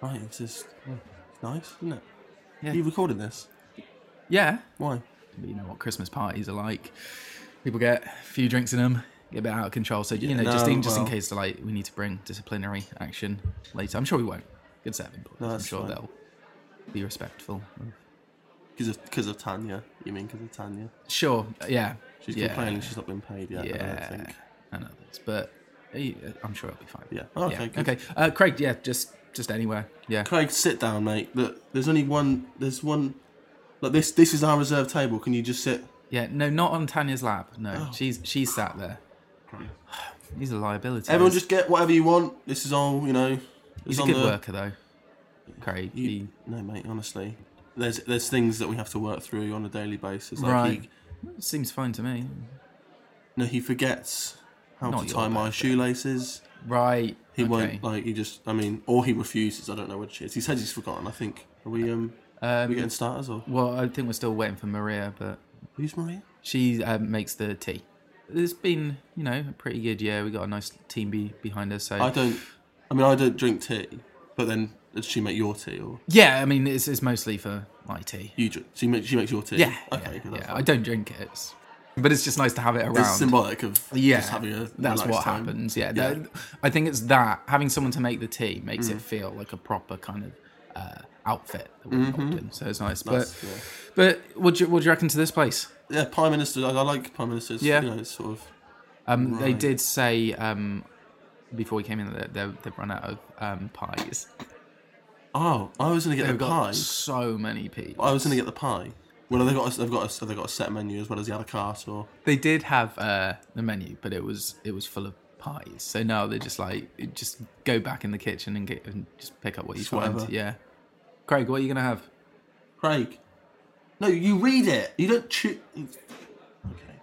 Right, it's just oh, it's nice, isn't it? Yeah. You recorded this? Yeah, Why? but you know what Christmas parties are like. People get a few drinks in them, get a bit out of control. So you know, just no, in just in well. case like we need to bring disciplinary action later. I'm sure we won't. Good set of employees. No, I'm that's sure fine. they'll be respectful. Because of because of Tanya. You mean because of Tanya? Sure. Yeah. She's yeah. complaining she's not been paid yet. Yeah. I don't think. and others, but uh, I'm sure it'll be fine. Yeah. Oh, okay, yeah. good. Okay. Uh, Craig. Yeah. Just just anywhere. Yeah. Craig, sit down, mate. Look, there's only one. There's one. Look, this this is our reserve table. Can you just sit? Yeah. No, not on Tanya's lap. No. Oh. She's she's sat there. He's a liability. Everyone, just get whatever you want. This is all you know. it's He's a on good the- worker though. Craig. You, he- no, mate. Honestly, there's there's things that we have to work through on a daily basis. Like Right. He, Seems fine to me. no, he forgets how Not to your tie my bad, shoelaces. Right. He okay. won't like. He just. I mean, or he refuses. I don't know which it is. He says he's forgotten. I think. Are we um? are we getting starters or Well, I think we're still waiting for Maria, but who's Maria? she um, makes the tea. It's been, you know, a pretty good year. We got a nice team be- behind us. So I don't. I mean, I don't drink tea. But then, does she make your tea or Yeah, I mean, it's, it's mostly for my tea. you drink? She makes. She makes your tea. Yeah. Okay. yeah, good, that's yeah. fine. I don't drink it, it's- but it's just nice to have it around. It's symbolic of yeah, just having a that's relaxed what time. happens. Yeah, Yeah. Mm. that- I think it's that having someone to make the tea makes it feel like a proper kind of uh, outfit that we're involved in. So it's nice. But That's- Mm-hmm. yeah. but what do you, what do you reckon to this place? Yeah, prime minister. I, I like prime ministers. Yeah. you know, it's sort of Um, They Right. did say um, before we came in that they- they've run out of um, pies. Oh, I was gonna get They've the got pie. so many pies. I was gonna get the pie. Well, they've got a, they've got a, they've got a set menu as well as the a la carte. Or They did have uh, the menu, but it was it was full of pies. So now they're just like it- just go back in the kitchen and get and just pick up what you Just find. whatever. Yeah, Craig, what are you gonna have? Craig, no, you read it. You don't chew. Okay.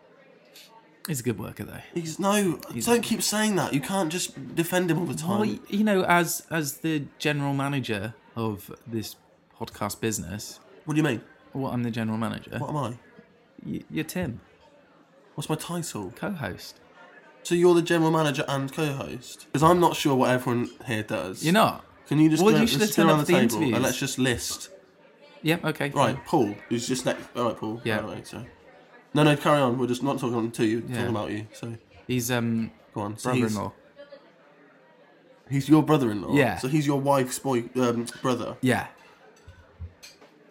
He's a good worker though. He's no. don't keep saying that. You can't just defend him all the time. Well, y- you know, as as the general manager of this podcast business, What do you mean? well, I'm the general manager. What am I? Y- You're Tim, What's my title? co-host. So you're the general manager and co-host? Because I'm not sure what everyone here does. You're not. Can you just Well, go- you should let's have go turned around up the the table interviews. and let's just list? Yeah. Okay. fine. Right, Paul. Who's just next? All right, Paul. Yeah. All right, so. No, no, carry on. We're just not talking to you. We're Yeah. Talking about you. So He's um go on. So he's, brother-in-law. he's your brother-in-law. Yeah. So he's your wife's boy um, brother. Yeah.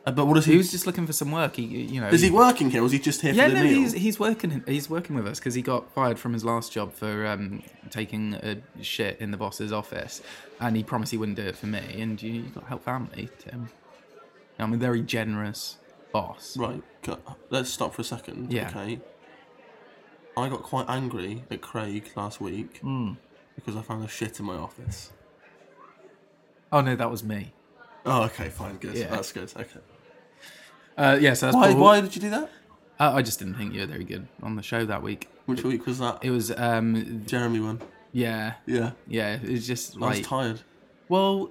Uh, but what does He he? was just looking for some work. He, you know. is he working here? Or is he just here Yeah, for the no, meal? he's he's working he's working with us because he got fired from his last job for um, taking a shit in the boss's office, and he promised he wouldn't do it for me. And you, you got to help family, Tim. I'm a very generous boss. Right. go- Let's stop for a second. Yeah. Okay. I got quite angry at Craig last week Hmm. because I found a shit in my office. Oh no, that was me. Oh, okay, fine, good. Yeah. That's good. Okay. Uh, yeah, so that's Why, Paul. why did you do that? Uh, I just didn't think you were very good on the show that week. Which week was that? It was um, Jeremy one. yeah, Yeah. yeah. It was just I was like tired. well,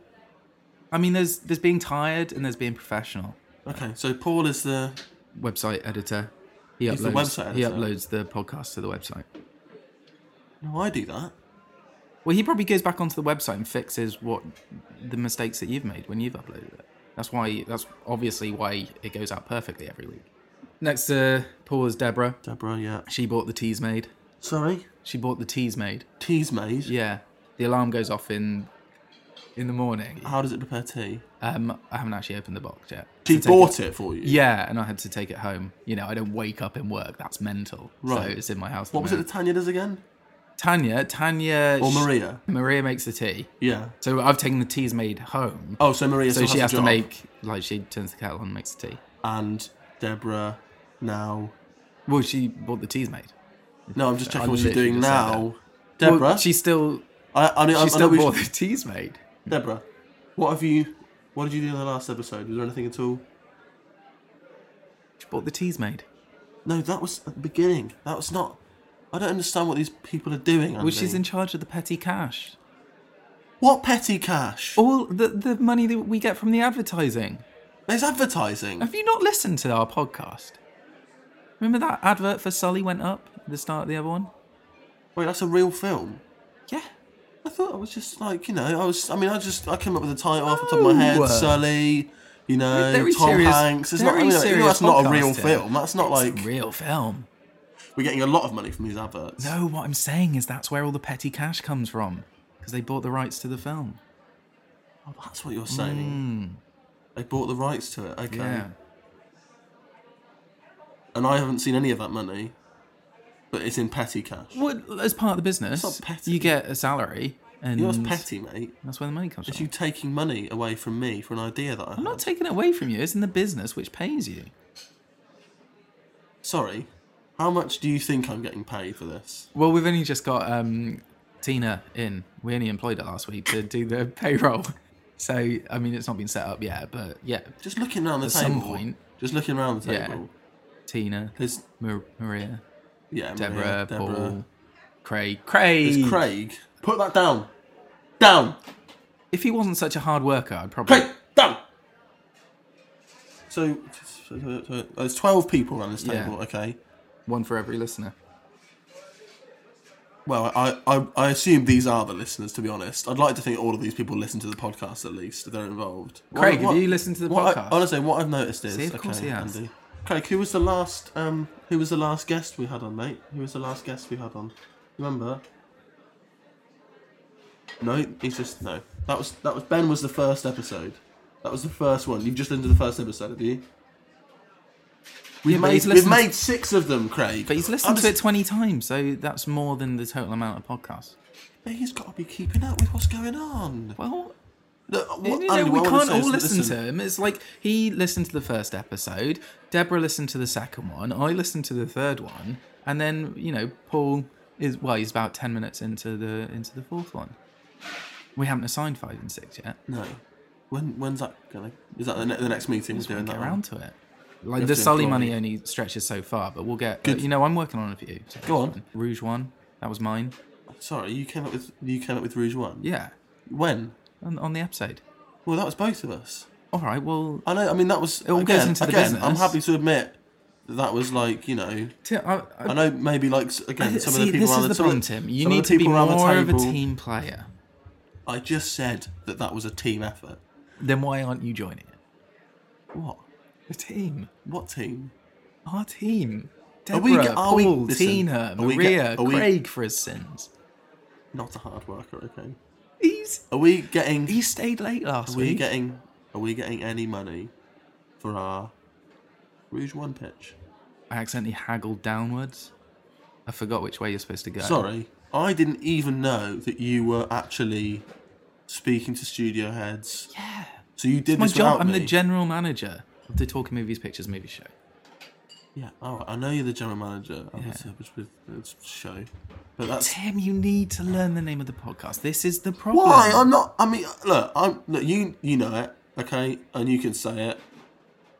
I mean, there's there's being tired and there's being professional. Okay, so Paul is the website editor. He uploads, He's the website He editor. uploads the podcast to the website. No, I do that. Well, he probably goes back onto the website and fixes what the mistakes that you've made when you've uploaded it. That's why. That's obviously why it goes out perfectly every week. Next, uh, pause. Deborah. Deborah, yeah. She bought the teas made. Sorry? She bought the teas made. Tea's made? Yeah. The alarm goes off in in the morning. How does it prepare tea? Um, I haven't actually opened the box yet. She To take bought it. for you? Yeah, and I had to take it home. You know, I don't wake up and work. That's mental. So Right. it's in my house. at What the was it that moment. Tanya does again? Tanya, Tanya, Or sh- Maria? Maria makes the tea. Yeah. So I've taken the teas made home. Oh, so Maria so still she has, has a to job, make like she turns the kettle on and makes the tea. And Deborah now. Well, she bought the teas made. No, I'm just checking I what she's literally doing just said now. Well, Deborah? she still I, I, mean, I, she I know still we bought should- the teas made. Deborah, what have you. What did you do in the last episode? Was there anything at all? She bought the teas made. No, that was at the beginning. That was not. I don't understand what these people are doing. Well, she's Andy. in charge of the petty cash. What petty cash? All the the money that we get from the advertising. There's advertising. Have you not listened to our podcast? Remember that advert for Sully went up at the start of the other one? Wait, that's a real film. Yeah. I thought I was just like you know I was. I mean I just I came up with a title off the top of my head. No. Sully, you know Very Tom serious- Hanks. It's not. I very mean, you know, serious that's not a real podcasting. film. That's not It's a like real film. we're getting a lot of money from these adverts. No, what I'm saying is that's where all the petty cash comes from because they bought the rights to the film. Oh, that's what you're saying. They bought the rights to it. Okay. Yeah. And I haven't seen any of that money, but it's in petty cash. Well, as part of the business, It's not petty. you get a salary, and You know, it's petty, mate. That's where the money comes It's from. you taking money away from me for an idea that I I'm had. not taking it away from you. It's in the business which pays you. Sorry. How much do you think I'm getting paid for this? Well, we've only just got um, Tina in. We only employed her last week to do the payroll. So, I mean, it's not been set up yet, but yeah, Just looking around the At some table. point. Just looking around the Yeah. table. Tina, There's Mar- Maria, yeah, Deborah, Maria, Deborah. Paul, Craig. Craig! There's Craig. Put that down. Down. If he wasn't such a hard worker, I'd probably. Craig. Down. So, so- so- so- there's 12 people around this Yeah. table. Okay. One for every listener. Well, I, I I assume these are the listeners. To be honest, I'd like to think all of these people listen to the podcast at least. If they're involved. Craig, have you listened to the what I- podcast? honestly, what I've noticed is See, of course okay, he has. Andy. Craig, who was the last um who was the last guest we had on, mate? Who was the last guest we had on? Remember? No, he's just no. That was that was Ben was the first episode. That was the first one. You've just listened to the first episode, have you? We've Yeah, but made he's we've listened- made six of them, Craig. But he's listened I'm to it just- 20 times, so that's more than the total amount of podcasts. But he's got to be keeping up with what's going on. Well, Look, you what, know, Andy, we what I wanna can't say is all that, listen, to him. It's like he listened to the first episode, Deborah listened to the second one, I listened to the third one, and then, you know, Paul is, well, he's about 10 minutes into the into the fourth one. We haven't assigned five and six yet. No. When when's that gonna? Is that the, ne- the next meeting? We're Just doing won't that get one? around to it. Like have the to Sully employ- money only stretches so far, but we'll get. uh, Good. you know, I'm working on a few. so Go that's on. fine. Rouge one, that was mine. Sorry, you came up with you came up with Rouge One. Yeah, When? on, on the episode. Well, that was both of us. All right, well, I know. I mean, that was all again. goes into the again, I'm business. happy to admit that, that was like you know. Tim, I, I- I know maybe like s- again some See, of the people this around is the some of problem, Tim. You some of need the to be people around the more of a table- team player. I just said that that was a team effort. Then why aren't you joining it? What? The team, What team? our team. Deborah, Are we- are we- Paul, listen, Tina, are we ge- Maria, are we- Craig for his sins. Not a hard worker. Okay. He's Are we getting? he stayed late last Are we week. getting? Are we getting any money for our Rouge One pitch? I accidentally haggled downwards. I forgot which way you're supposed to go. Sorry, I didn't even know that you were actually speaking to studio heads. Yeah. So you did my this job. without I'm me. the general manager of the Talking Movies Pictures movie show. yeah. All right. I know you're the general manager of Yeah. this episode- this show, but that's Tim, you need to learn the name of the podcast. This is the problem. why I'm not. I mean, look, I'm look. You you know it, okay, and you can say it.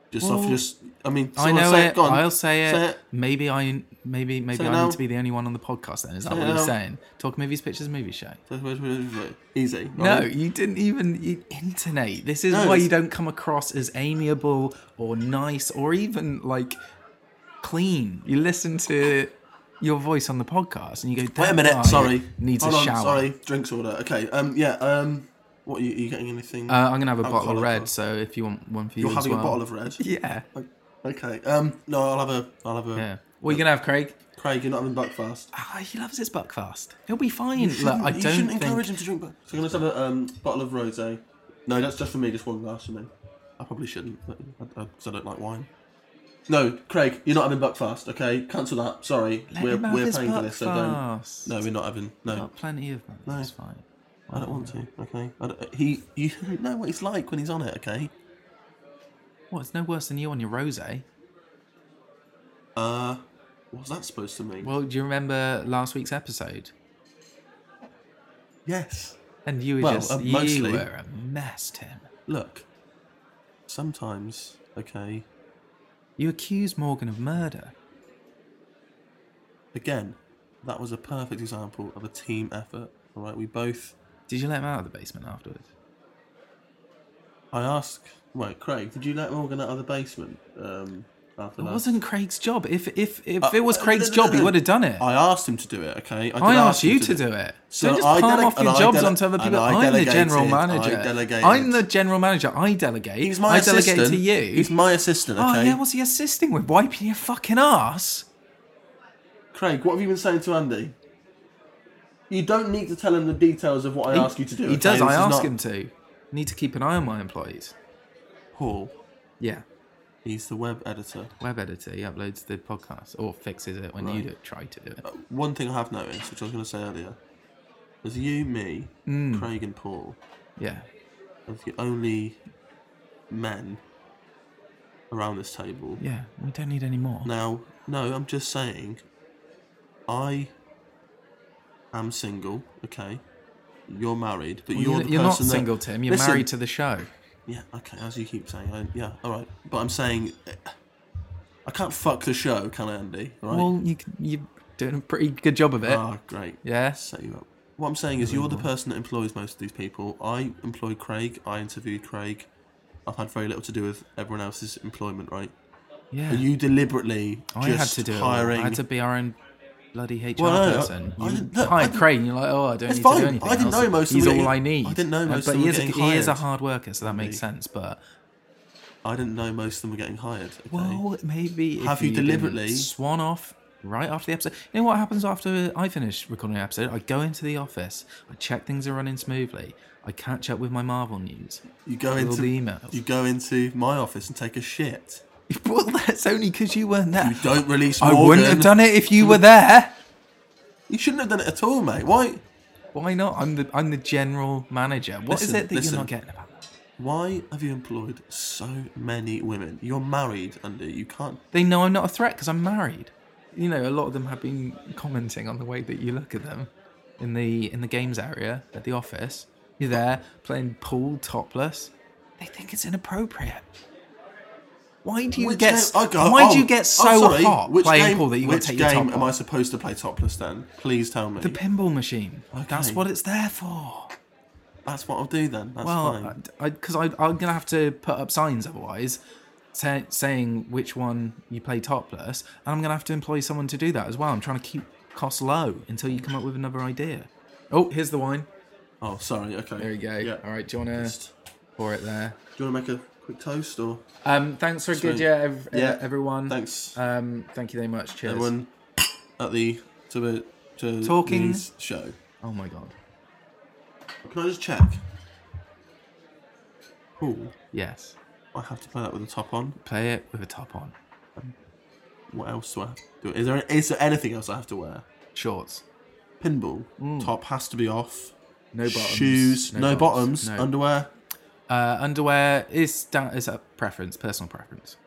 Just off, Well, just I mean, I someone know say it. it. Go on, I'll say it. Say it. Maybe I maybe maybe Say I no. need to be the only one on the podcast. Then is that Say what you're no. saying? Talk movies, pictures, movie show. Easy. right? No, you didn't even you intonate. This is No, why it's- you don't come across as amiable or nice or even like clean. You listen to your voice on the podcast and you go. Wait a "That minute. guy Sorry. Needs Hold a on, shower. Sorry. Drinks order. Okay. Um. Yeah. Um. What are you, are you getting anything? Uh, I'm gonna have a bottle of Alcoholic red, or- so if you want one for you, You're as having a well. bottle of red. Yeah, Okay. Um. No, I'll have a. I'll have a. yeah. What are you gonna have, Craig? Craig, you're not having Buckfast. Ah, he loves his buckfast. He'll be fine. You Look, shouldn't- I you don't shouldn't think. encourage him to drink. But so I'm gonna have a um, bottle of rosé. No, that's just for me. Just one glass for me. I probably shouldn't, but I, I, 'cause I don't like wine. No, Craig, you're not having Buckfast. Okay, cancel that. Sorry, Let we're him have we're his paying for this, so don't. Buckfast. No, we're not having. No, Got plenty of money. No. It's fine. I don't want to. Okay, I don't, uh, he you don't know what he's like when he's on it. Okay. What? It's no worse than you on your eh? rosé. Uh, what's that supposed to mean? Well, do you remember last week's episode? yes. And you were Well, just uh, you mostly. were a mess, Tim. Look, sometimes, okay, You accused Morgan of murder. again, that was a perfect example of a team effort. All right, we both. Did you let him out of the basement afterwards? I asked. Wait, Craig, did you let Morgan out of the basement? Um, after It that? wasn't Craig's job. If if if Uh, it was uh, no, Craig's no, job, no, he no. would have done it. I asked him to do it. Okay, I did asked him you to do it. So So just I palm dele- off your and I jobs dele- onto other and people. I I'm the general delegated. I manager. delegated. I'm the general manager. I delegate. He's my I assistant. delegate to you. He's my assistant. Okay. Oh yeah, what's he assisting with? Wiping your fucking ass? Craig, what have you been saying to Andy? You don't need to tell him the details of what I asked you to do. He okay? does. This I is ask not- him to. Need to keep an eye on my employees. Paul, Yeah. he's the web editor. Web editor, he uploads the podcast or fixes it when you do, try to do it. Uh, One thing I have noticed, which I was going to say earlier, is you, me, Hmm. Craig, and Paul Yeah. are the only men around this table. Yeah. We don't need any more. Now, no, I'm just saying, I am single. Okay, you're married, but Well, you're you're the you're not person that- single, Tim. You're Listen, married to the show. Yeah, okay, as you keep saying, I, yeah, all right. But I'm saying, eh, I can't fuck the show, can I, Andy? All Right? Well, you, c- you're doing a pretty good job of it. ah, great. Yeah. Set you up. What I'm saying is, you're the person that employs most of these people. I employed Craig. I interviewed Craig. I've had very little to do with everyone else's employment, right? yeah. Are you deliberately I just had to do hiring? it. all. I had to be our own bloody HR Well, no, I- person. I You didn't- look, I hired didn't- Crane. You're like, oh, I don't That's need to fine. do anything. I didn't else. know most of He's them all were I getting- need. I didn't know Uh, most of But them he were is, a, getting he is a hired. hard worker, so that makes sense. But I didn't know most of them were getting hired. Okay? Well, maybe if Have you didn't deliberately- swan off right after the episode? You know what happens after I finish recording an episode? I go into the office, I check things are running smoothly, I catch up with my Marvel news. you go With all into the emails. you go into my office and take a shit. well, that's only because you weren't there. You don't release. I Morgan. wouldn't have done it if you were there. You shouldn't have done it at all, mate. Why? Why not? I'm the I'm the general manager. What is Listen, it that listen. you're not getting about? that? Why have you employed so many women? You're married, Andy. You can't. They know I'm not a threat because I'm married. You know, a lot of them have been commenting on the way that you look at them in the in the games area at the office. You're there playing pool topless. They think it's inappropriate. Why do you Which get game- s- I go, why oh, do you get so oh, sorry, hot which playing game, pool that you got Which to take your game top am I off? supposed to play topless then? Please tell me. The pinball machine. That's Okay. what it's there for. That's what I'll do then. That's well, uh, fine. because I, I, am gonna have to put up signs otherwise, say, saying which one you play topless, and I'm gonna have to employ someone to do that as well. I'm trying to keep costs low until you come up with another idea. Oh, here's the wine. Oh, sorry. Okay. There you go. Yeah. All right, do you wanna Just- pour it there? Do you want to make a quick toast or Um, thanks for a good Sweet. year, ev- Yeah, uh, everyone. thanks. Um, thank you very much. Cheers. everyone at the to the to Talking- news show? Oh my god. Can I just check? Cool. Yes. I have to play that with the top on. Play it with a top on. What else do I have to do? Is there is there anything else I have to wear? Shorts. Pinball top has to be off. Mm. No bottoms. Shoes, no, bottoms. No. Underwear. Uh, underwear is down is a preference, personal preference.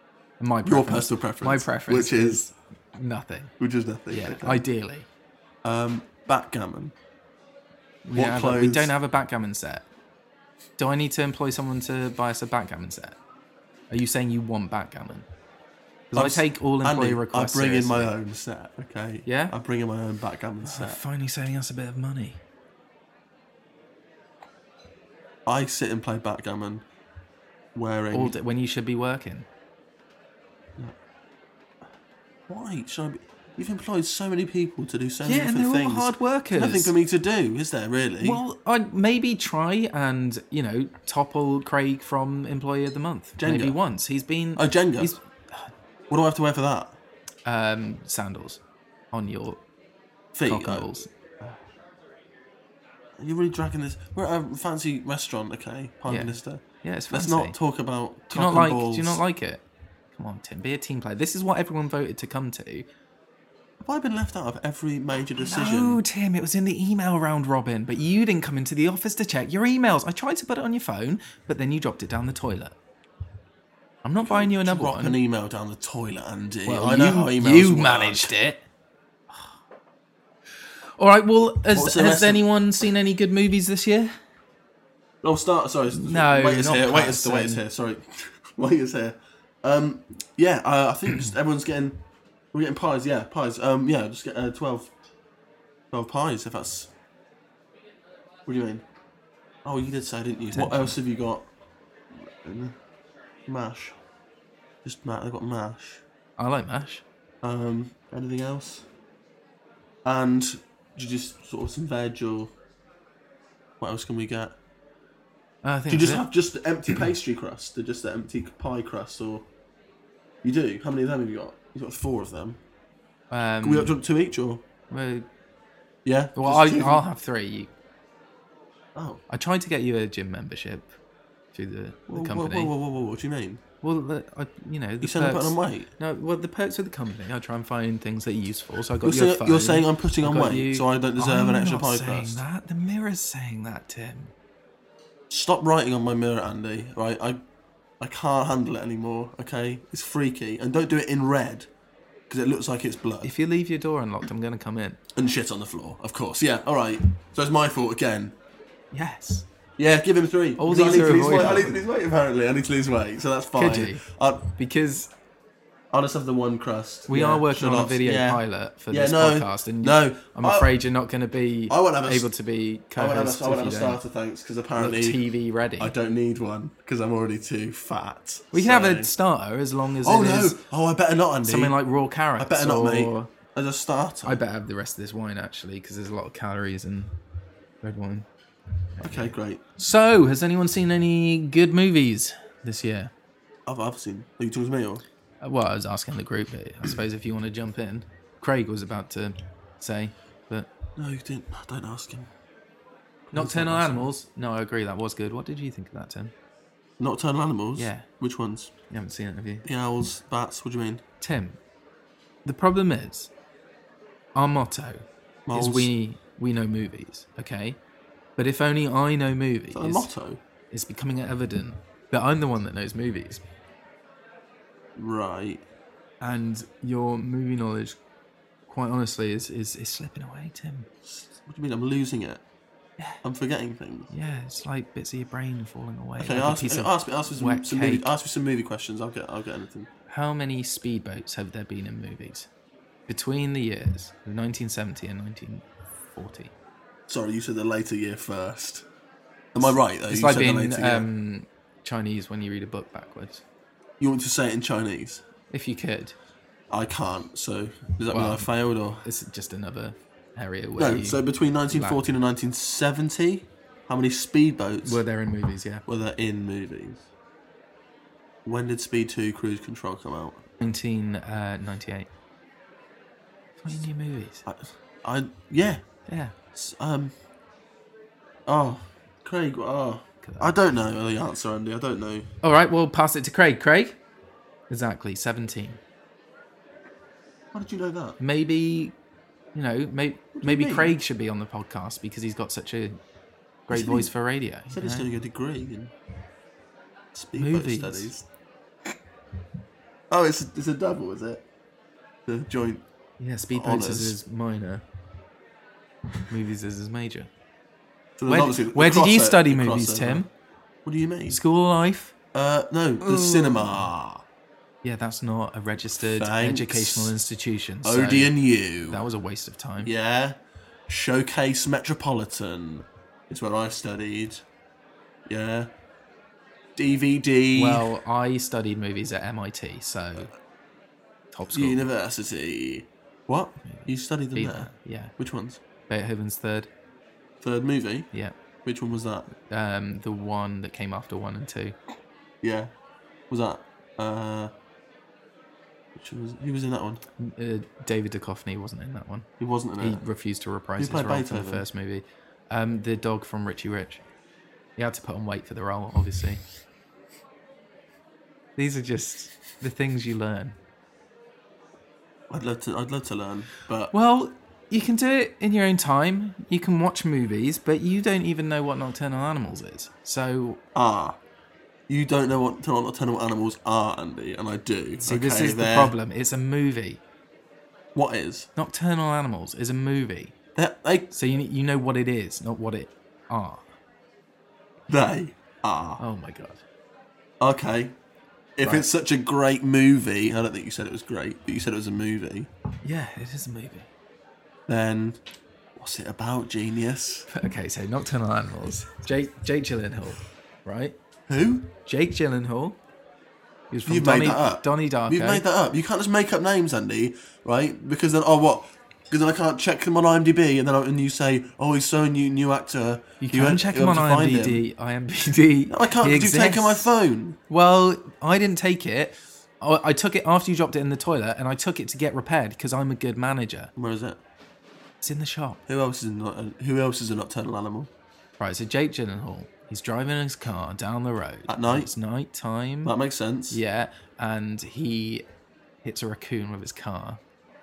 My Your preference, personal preference. My preference, which is nothing. which is nothing. Yeah, okay. ideally. um, backgammon. We What don't, have a, we clothes- don't have a backgammon set. Do I need to employ someone to buy us a backgammon set? Are you saying you want backgammon? I'm Because I s- take all employee Andy, requests. I bring in my seriously. own set. Okay. Yeah? Ah, I bring in my own backgammon set. Finally, saving us a bit of money. I sit and play backgammon, wearing. All day, when you should be working. Why should I be? You've employed so many people to do so many Yeah, and different they're all things. hard workers. Nothing for me to do, is there really? Well, I'd maybe try and you know topple Craig from Employee of the Month. Jenga. Maybe once he's been. Oh, Jenga. He's what do I have to wear for that? um, sandals on your Feet. cock and oh. balls. You're really dragging this. We're at a fancy restaurant, okay, Prime Yeah. Minister. Yeah, it's Let's fancy. not talk about Do you cock not and like? balls. Do you not like it? Come on, Tim. Be a team player. This is what everyone voted to come to. Have I been left out of every major decision? No, Tim. It was in the email round robin, but you didn't come into the office to check your emails. I tried to put it on your phone, but then you dropped it down the toilet. I'm not buying you another Drop one. an email down the toilet, Andy. Well, I know you, how emails you work. managed it. All right. Well, was has, the has rest of- anyone seen any good movies this year? Oh, start. Sorry. No, wait is not here. Wait is Patterson. wait is here. Sorry, wait is here. Um, yeah, uh, I think just everyone's getting we're getting pies. Yeah, pies. Um, yeah, just get uh, 12, 12 pies. If that's what do you mean? Oh, you did say, didn't you? What else have you got? Mash. Just ma They've got mash. I like Mash. Um, anything else? And you just sort of some veg or what else can we get? I think Do you just that's it. have just the empty pastry crust, or just the empty pie crust, or you do? How many of them have you got? You've got four of them. Um, Can we do two each, or well, yeah? well, I, Just two? I'll have three. You- oh, I tried to get you a gym membership through the, whoa, the whoa, company. whoa, whoa, whoa, whoa, What do you mean? Well, the, I, you know, the You're saying I'm perks- putting on weight. No, well, the perks of the company, I try and find things that are useful. So I You're got your saying, phone. you're saying I'm putting I on got weight, you- so I don't deserve I'm an extra not pie saying crust. That the mirror's saying that, Tim. Stop writing on my mirror, Andy. Right, I, I can't handle it anymore. Okay, it's freaky, and don't do it in red, because it looks like it's blood. If you leave your door unlocked, I'm going to come in. And shit on the floor, of course. Yeah, all right. So it's my fault again. Yes. Yeah, give him three. All 'Cause these I need are to lose weight. I avoidable. need to lose weight. Apparently, I need to lose weight, so that's fine. you? I'll, Because I'll just have the one crust. we Yeah, are working shut on a off. video Yeah. pilot for Yeah, this no, podcast, and no, I'm I- afraid you're not going to be I won't have a- able to be I won't have co-host a, I won't have a if you don't starter, thanks, because look apparently TV ready. I don't need one because I'm already too fat. We can have so- a starter as long as Oh it no! is Oh, I better not, Andy. something like raw carrots. I better not, or- mate. As a starter. I better have the rest of this wine actually, because there's a lot of calories in red wine. Okay, great. So, has anyone seen any good movies this year? I've, I've seen. Are you talking to me or? Uh, Well, I was asking the group, but I suppose if you want to jump in, Craig was about to say, but No, you didn't. Don't ask him. Nocturnal Animals. No, I agree, that was good. What did you think of that, Tim? Nocturnal animals. Yeah. Which ones? You haven't seen it, have you? The owls, bats. What do you mean? Tim, the problem is our motto Moles. is we we know movies, okay? But if only I know movies, Is that a motto? it's becoming evident that I'm the one that knows movies, Right. and your movie knowledge, quite honestly, is is, is slipping away, Tim. What do you mean? I'm losing it. I'm forgetting things. Yeah, it's like bits of your brain falling away. Okay, like a ask, piece of ask me, ask me some, wet some movie, cake. ask me some movie questions. I'll get, I'll get anything. How many speedboats have there been in movies between the years of 1970 and 1940? Sorry, you said the later year first. Am I right? Though? It's you like said the being later year. um, Chinese when you read a book backwards. You want to say it in Chinese? If you could, I can't. So does that mean Well, I failed or? this is just another area where No. you, So between 1940 and 1970, how many speedboats were were, there in movies. Yeah, there in movies? When did Speed 2 Cruise Control come out? 1998. 20 uh, new movies. I, I yeah. Yeah, S- Um. Oh, Craig. Oh, I don't know the answer, Andy. I don't know. All right, we'll pass it to Craig. Craig? Exactly, 17. How did you know that? Maybe, you know, may, you maybe mean? Craig should be on the podcast because he's got such a great Isn't voice he? for radio. He said you he's know? doing a degree in speedboat Movies. studies. Oh, it's a, it's a double, is it? The joint. Yeah, Speedboats is honours. his minor, movies is his major. So there's Where, obviously the where did you crossover- study the movies, crossover. Tim? What do you mean? School life? Uh, no, the cinema. Yeah, that's not a registered Thanks. educational institution. so Odeon U. That was a waste of time. Yeah. Showcase Metropolitan. It's where I studied. Yeah. DVD. Well, I studied movies at MIT, so top school. University. What? You studied them Be there? there, yeah. Which ones? Beethoven's third. Third movie? Yeah. Which one was that? Um, the one that came after one and two. Yeah. Was that uh which one was he was in that one? Uh, David Duchovny wasn't in that one. He wasn't in He it. refused to reprise Who played his role from the Beethoven? first movie. Um, the dog from Richie Rich. He had to put on weight for the role, obviously. These are just the things you learn. I'd love to I'd love to learn, but Well, you can do it in your own time. You can watch movies, but you don't even know what Nocturnal Animals is. So, ah you don't know what what nocturnal animals are, Andy, and I do. see, this Okay, is the they're- problem. It's a movie. What is? Nocturnal Animals is a movie. They're, they So you you know what it is, not what it are. they are. Oh my god. Okay. If Right. it's such a great movie, I don't think you said it was great, but you said it was a movie, Yeah, it is a movie. then what's it about, genius? Okay, so Nocturnal Animals. Jake Jake Gyllenhaal, right? Who? Jake Gyllenhaal. He was from You've Donnie, made that up. Donnie Darko. You've made that up. You can't just make up names, Andy, right? Because then, oh, what? Because then I can't check them on IMDb, and then I, and you say, oh, he's so new, new actor. you can went- check you him on went to find him. IMDb. IMDb. No, I can't. He Did you take exists. on my phone? Well, I didn't take it. I, I took it after you dropped it in the toilet, and I took it to get repaired because I'm a good manager. Where is it? It's in the shop. Who else is a not? uh, Who else is a nocturnal animal? Right, so Jake Gyllenhaal. He's driving his car down the road At night? It's night time. That makes sense. Yeah, and he hits a raccoon with his car,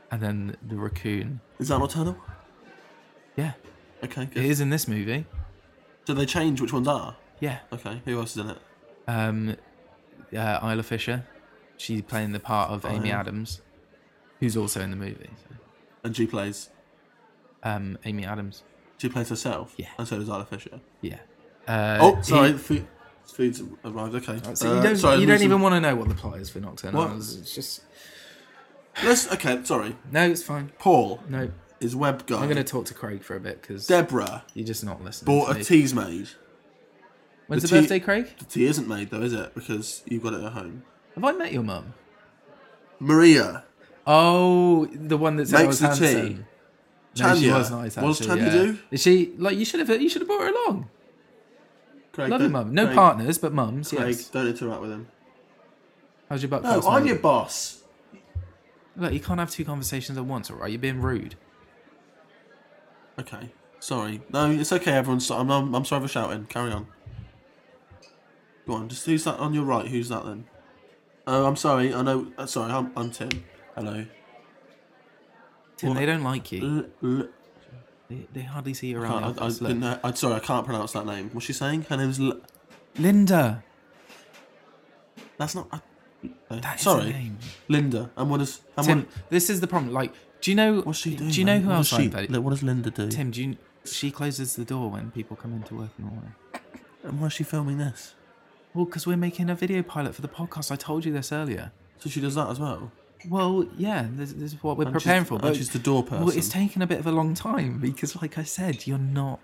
and then the raccoon. Is that nocturnal? Yeah, Okay. Good. it is in this movie. Do they change which ones are? Yeah, Okay. Who else is in it? um, uh, Isla Fisher, she's playing the part Oh, of Amy Adams, who's also in the movie. And she plays. Um, Amy Adams. She plays herself. Yeah. And so does Isla Fisher. Yeah. Uh, oh, sorry. he- the food, food's arrived. Okay. so Uh, you don't, sorry, you don't listen- even want to know what the plot is for Nocturnal. What? Animals, It's just Let's. Okay. Sorry. no, it's fine. Paul No, is web guy. I'm going to talk to Craig for a bit because Deborah you're just not listening. bought to a me. tea's made. When's the the, tea- birthday, Craig? The tea isn't made though, is it? Because you've got it at home. Have I met your mum? Maria, Oh, the one that said Makes I was the tea. handsome. No, she Tanya, was nice. Actually, what's Tanya yeah. do? Is she like you should have? You should have brought her along. Craig, Love your don't- mum. No Craig, partners, but mums. Craig, Yes. don't interact with him. How's your butt? No, first I'm mate? your boss. Look, you can't have two conversations at once. All right, you're being rude. Okay, sorry. No, it's okay. Everyone's. so- I'm, I'm, I'm sorry for shouting. Carry on. Go on. Just who's that on your right? Who's that then? Oh, I'm sorry. I know. uh, Sorry, I'm, I'm Tim. Hello. Tim, Well, they don't like you. L- L- They, they hardly see you can't- around. the I, I office. Look. didn't know. I, sorry, I can't pronounce that name. What's she saying? Her name's. L- Linda. that's not. I, no, That is her sorry, name. Linda. And what is? And Tim, what, this is the problem. Like, do you know? What's she doing? Do you know mate? who what else does she, I value? Li- What does Linda do? Tim, do you? She closes the door when people come into work in the morning. And why is she filming this? Well, because we're making a video pilot for the podcast. I told you this earlier. So she does that as well. Well, yeah, this, this is what we're And she's- preparing for. and But she's the door Well, it's person. taken a bit of a long time because, like I said, you're not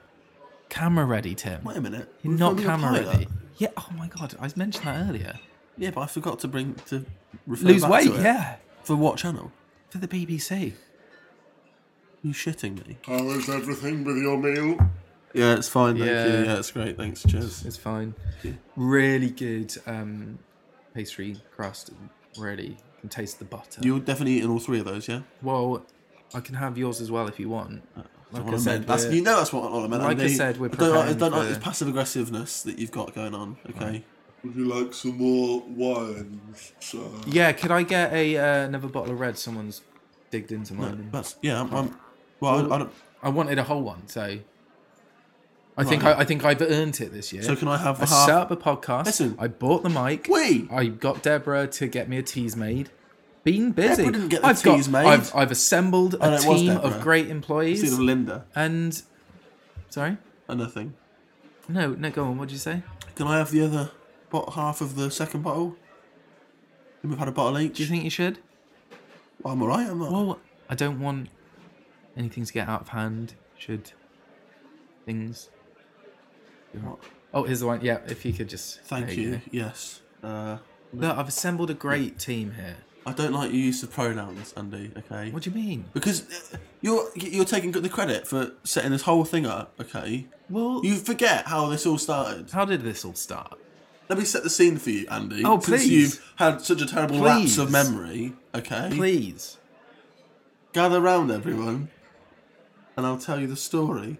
camera ready, Tim. Wait a minute. You're we're not filming a camera pilot. ready. Yeah. Oh my god, I mentioned that earlier. Yeah, but I forgot to bring to refer Lose back weight, to it. yeah, For what channel? for the BBC. You shitting me? How is everything with your meal? Yeah, it's fine. Thank you. Yeah. Yeah, it's great. Thanks. Cheers. It's fine. Really good um, pastry crust. Really can taste the butter. You're definitely eating all three of those, yeah. well, I can have yours as well if you Uh, want. Like What I I said, meant. That's, we're- you know that's what all I meant. like I Andy. said, we're I don't like, I preparing don't like for- this passive aggressiveness that you've got going on. Okay. Would you like some more wines, sir? yeah. Could I get a uh, another bottle of red? Someone's digged into mine. and- That's yeah. I'm. I'm well, I, I don't. I wanted a whole one, so I think I, I think I've earned it this year. So can I have I the half- set up a podcast. Listen. I bought the mic. Wait. I got Deborah to get me a tease made. Been busy. Deborah didn't get the I've got- teas made. I've, I've assembled Oh, no, a it was team Deborah. of great Instead employees. of Linda, And sorry, and nothing. no, no, go on. What did you say? Can I have the other bot half of the second bottle? And we've had a bottle each. Do you think you should? I'm alright. I'm not. Well, I don't want anything to get out of hand. Should things? Oh, here's the one. Yeah, if you could just. Thank there you. go. Yes. Uh, Look, I've assembled a great team here. I don't like your use of pronouns, Andy. Okay. What do you mean? Because uh, you're you're taking the credit for setting this whole thing up. Okay. Well, You forget how this all started. how did this all start? Let me set the scene for you, Andy. Oh, Since please. you've had such a terrible lapse of Please. memory, okay? Please. Gather round, everyone, and I'll tell you the story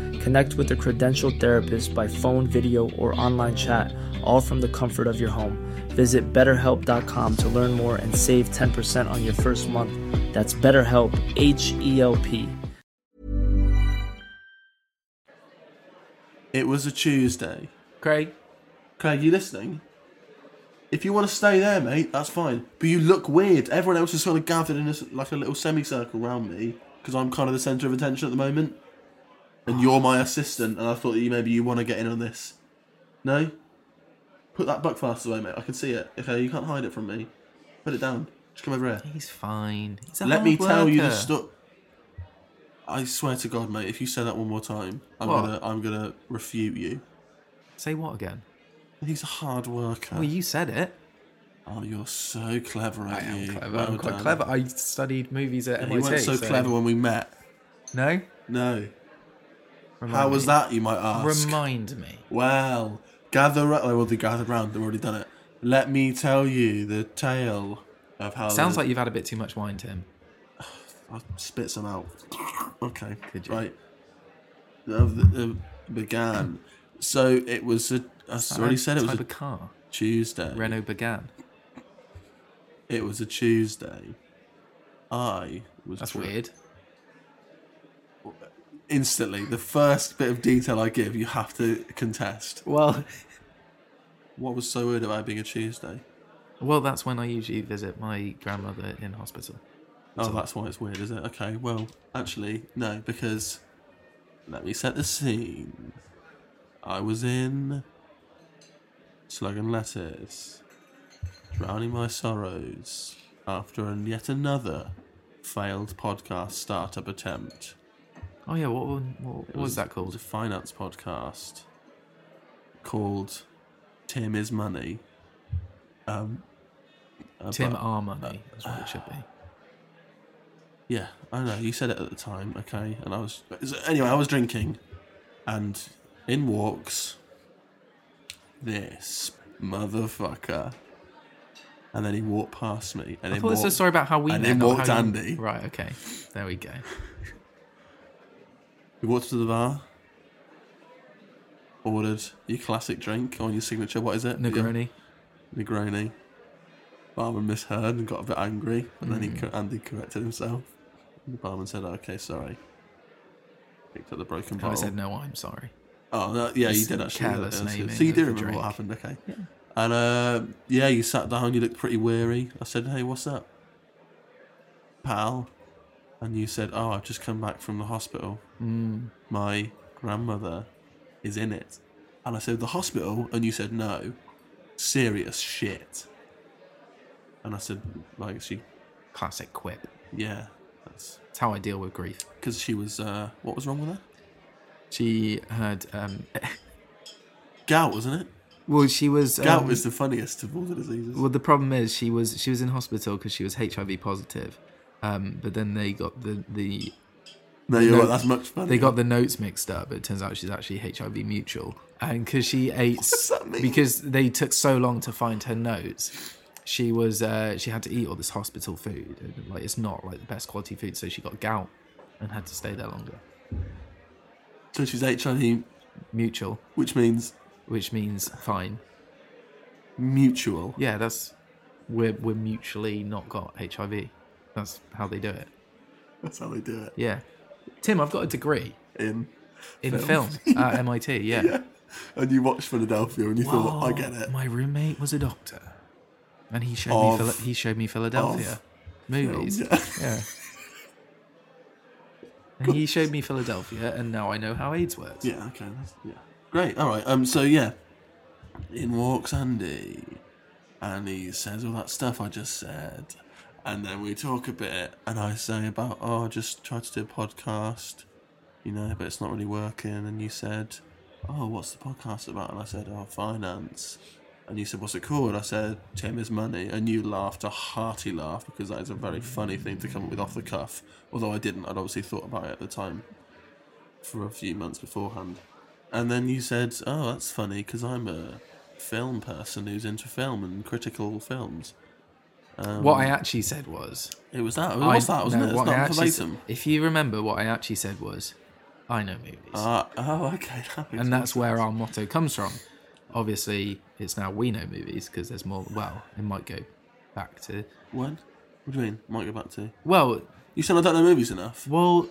Connect with a credentialed therapist by phone, video, or online chat, all from the comfort of your home. Visit betterhelp.com to learn more and save 10% on your first month. That's BetterHelp, H E L P. It was a Tuesday. Craig? Craig, you listening? If you want to stay there, mate, that's fine. But you look weird. Everyone else is sort of gathered in this, like a little semicircle round me because I'm kind of the centre of attention at the moment. And you're my assistant, and I thought that you maybe you want to get in on this. No? Put that buck fast away, mate. I can see it. Okay, you can't hide it from me. Put it down. Just come over here. He's fine. He's a Let hard me tell you the worker. story. I swear to God, mate, if you say that one more time, I'm What? gonna I'm gonna refute you. Say what again? He's a hard worker. Well, you said it. Oh, you're so clever, aren't I am you? clever. Well I'm quite done. clever. I studied movies at MIT. You weren't so clever when we met. No. No. Remind How was me. that, you might ask? Remind me. well, gather round. Oh, well, they gathered round. They've already done it. Let me tell you the tale of how. Sounds the- like you've had a bit too much wine, Tim. I'll spit some out. okay. Could you? Right. Of the, the began. So it was a. I already said it was type a of car. Tuesday. Renault began. It was a Tuesday. I was. That's dri- weird. Instantly, the first bit of detail I give, you have to contest. Well, What was so weird about it being a Tuesday? well, that's when I usually visit my grandmother in hospital. Oh, that's why it's weird, is it? Okay, well, actually, no, because let me set the scene. I was in Slug and Lettuce, drowning my sorrows after an yet another failed podcast startup attempt. Oh yeah, what one- what, what was that It was called? a finance podcast called Tim is Money. Um, uh, Tim but- R Money. That's what it should be. Yeah, I know. You said it at the time, okay? And I was so anyway. I was drinking, and in walks this motherfucker, and then he walked past me. And I then thought this was walked, a story about how we and met. then not walked how you- Andy. Right. Okay. There we go. He walked to the bar, ordered your classic drink on your signature. What is it? Negroni. Yeah, Negroni. Barman misheard and got a bit angry, and then he co- Andy corrected himself. And the barman said, "Okay, sorry." Picked up the broken I bottle. said no. I'm sorry. Oh no, yeah, you Just did actually. yeah, careless that's good. naming So you of do the remember what happened, drink. okay? Yeah. And uh, yeah, you sat down. You looked pretty weary. I said, "Hey, what's up, pal?" And you said, "Oh, I've just come back from the hospital. Mm. My grandmother is in it." And I said, "The hospital?" And you said, "No, serious shit." And I said, "Like she, Classic quip. yeah, that's It's how I deal with grief. because she was. Uh, what was wrong with her? She had um, Gout, wasn't it? well, she was Gout um, is the funniest of all the diseases. Well, the problem is she was she was in hospital because she was HIV positive, um, but then they got the the no, you're no, right. That's much funnier. they got the notes mixed up. But it turns out she's actually HIV mutual, and because she ate does that mean? because they took so long to find her notes, she was uh, she had to eat all this hospital food, and, like it's not like the best quality food, so she got gout and had to stay there longer. so she's HIV, Mutual, which means which means fine. mutual. Yeah, that's we're we're mutually not got HIV. That's how they do it. That's how they do it Yeah. Tim, I've got a degree in. in film, at MIT. Yeah. Oh, And you watched Philadelphia, and you thought, I get it. My roommate was a doctor, and he showed Of- me Phila- he showed me Philadelphia movies. Yeah. yeah. And he showed me Philadelphia, and now I know how AIDS works. Yeah, okay. That's, yeah. Great. All right. Um. So yeah, in walks Andy, and he says all that stuff I just said, and then we talk a bit, and I say about oh, I just tried to do a podcast, you know, but it's not really working, and you said, oh, what's the podcast about? And I said, oh, finance. And you said, what's it called? I said, Tim is money. And you laughed a hearty laugh because that is a very funny thing to come up with off the cuff. Although I didn't, I'd obviously thought about it at the time for a few months beforehand. And then you said, "Oh, that's funny because I'm a film person who's into film and critical films." Um, What I actually said was, It was that. It was I- that, wasn't no, it? It's what I not actually s- verbatim. If you remember, what I actually said was, I know movies. Ah, oh, okay. that makes and that's more where sense. our motto comes from. Obviously, it's now we know movies because there's more. Well, it might go back to When? What do you mean? Might go back to. well, You said I don't know movies enough. well,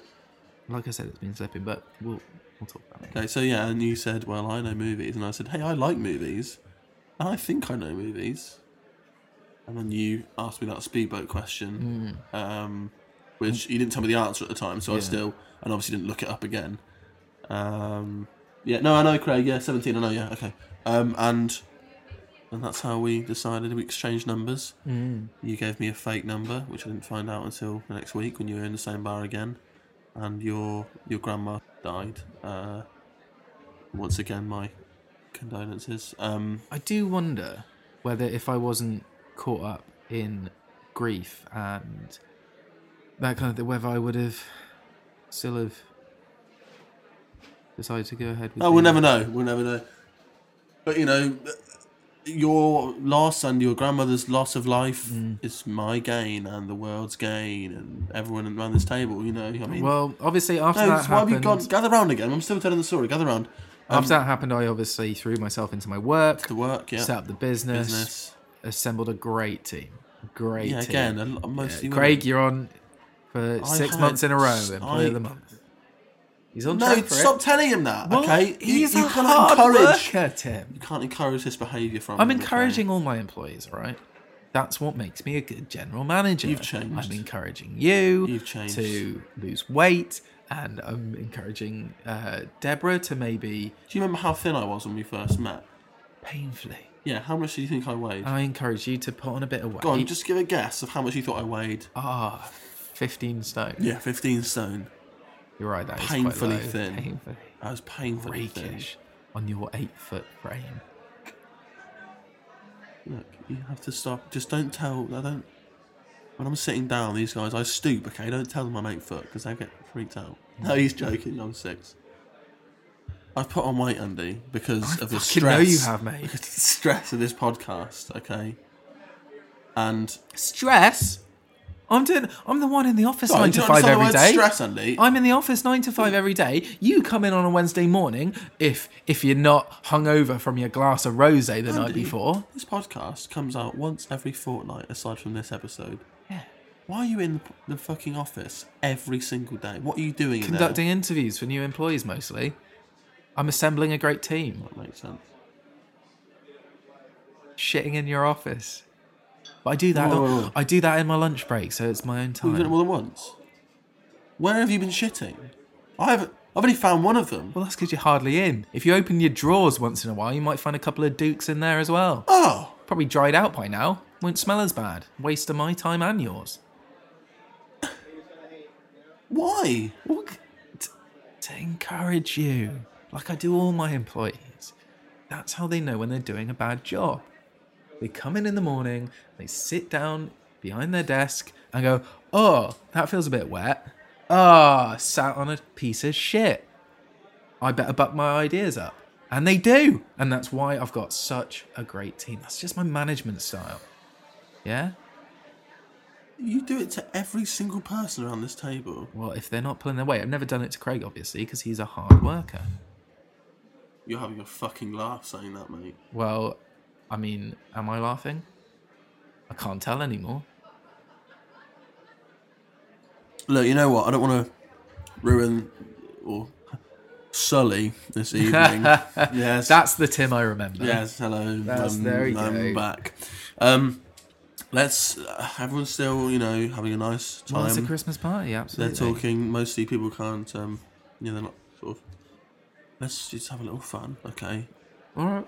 like I said, it's been slipping, but we'll we'll talk about it. Okay, so yeah, and you said, "Well, I know movies," and I said, "Hey, I like movies, and I think I know movies." And then you asked me that speedboat question, um, which you didn't tell me the answer at the time, so I Yeah. still and obviously didn't look it up again. Um, yeah, no, I know, Craig. Yeah, seventeen. I know. Yeah, okay. Um, and and that's how we decided we exchanged numbers. Mm. You gave me a fake number, which I didn't find out until the next week when you were in the same bar again, and your your grandma died. Uh, once again, my condolences. Um, I do wonder whether if I wasn't caught up in grief and that kind of thing, whether I would have still have decided to go ahead with. oh, we'll the- never know. We'll never know. But you know, your loss and your grandmother's loss of life Mm. is my gain and the world's gain and everyone around this table. You know, I mean, Well, obviously after no, that it's- why have you happened, gone? Gather round again. I'm still telling the story. Gather round. after that happened, I obviously threw myself into my work, The work, yeah. set up the business, business. assembled a great team. Great Yeah, team. again, a lot, mostly women. Craig, you're on for I six had- months in a row, I- employee of the month. He's on No, track for stop it. telling him that. Well, Okay, You- he's you a cannot hard encourage. worker, Tim. You can't encourage this behaviour from. I'm him, okay? encouraging all my employees, all right? That's what makes me a good general manager. You've changed. I'm encouraging you You've changed. to lose weight, and I'm encouraging uh, Deborah to maybe Do you remember how thin I was when we first met? painfully. Yeah, how much do you think I weighed? And I encourage you to put on a bit of weight. Go on, just give a guess of how much you thought I weighed. ah, 15 stone. Yeah, 15 stone. You're right, that is quite Painfully low. thin. Painfully I was painfully thin. rakish on your eight foot frame. Look, you have to stop. Just don't tell. I don't. When I'm sitting down, these guys, I stoop. Okay, don't tell them I'm eight foot because they get freaked out. No, he's joking. I'm six. I've put on weight, Andy, because of the fucking stress. know you have, mate. Because of the stress of this podcast. Okay. And Stress? I'm doing. I'm the one in the office Right, nine do to you five understand the every word day. stress, Andy? I'm in the office nine to five every day. You come in on a Wednesday morning if if you're not hungover from your glass of rosé the night Andy, before. This podcast comes out once every fortnight, aside from this episode. Yeah. Why are you in the, the fucking office every single day? What are you doing? in there? Conducting interviews for new employees mostly. I'm assembling a great team. That makes sense. Shitting in your office. But I do that. Whoa, whoa, whoa. I do that in my lunch break, so it's my own Well, time. You've done it more than once. Where have you been shitting? I haven't. I've only found one of them. Well, that's because you're hardly in. If you open your drawers once in a while, you might find a couple of dukes in there as well. Oh, Probably dried out by now. Won't smell as bad. Waste of my time and yours. why? Well, c- t- to, encourage you, like I do all my employees. That's how they know when they're doing a bad job. They come in in the morning, they sit down behind their desk and go, Oh, that feels a bit wet. Ah, sat on a piece of shit. I better buck my ideas up. And they do. And that's why I've got such a great team. That's just my management style. Yeah? You do it to every single person around this table. Well, if they're not pulling their weight, I've never done it to Craig, obviously, because he's a hard worker. You're having a fucking laugh saying that, mate. Well, I mean, am I laughing? I can't tell anymore. Look, you know what? I don't want to ruin or sully this evening. yes, That's the Tim I remember. yes. Hello, That's- um, there we I'm go. back. Um, let's. Uh, everyone's still, you know, having a nice time. Well, it's a Christmas party, They're absolutely. talking. Mostly people can't. Um, you know, they're not sort of. Let's just have a little fun, okay? All right.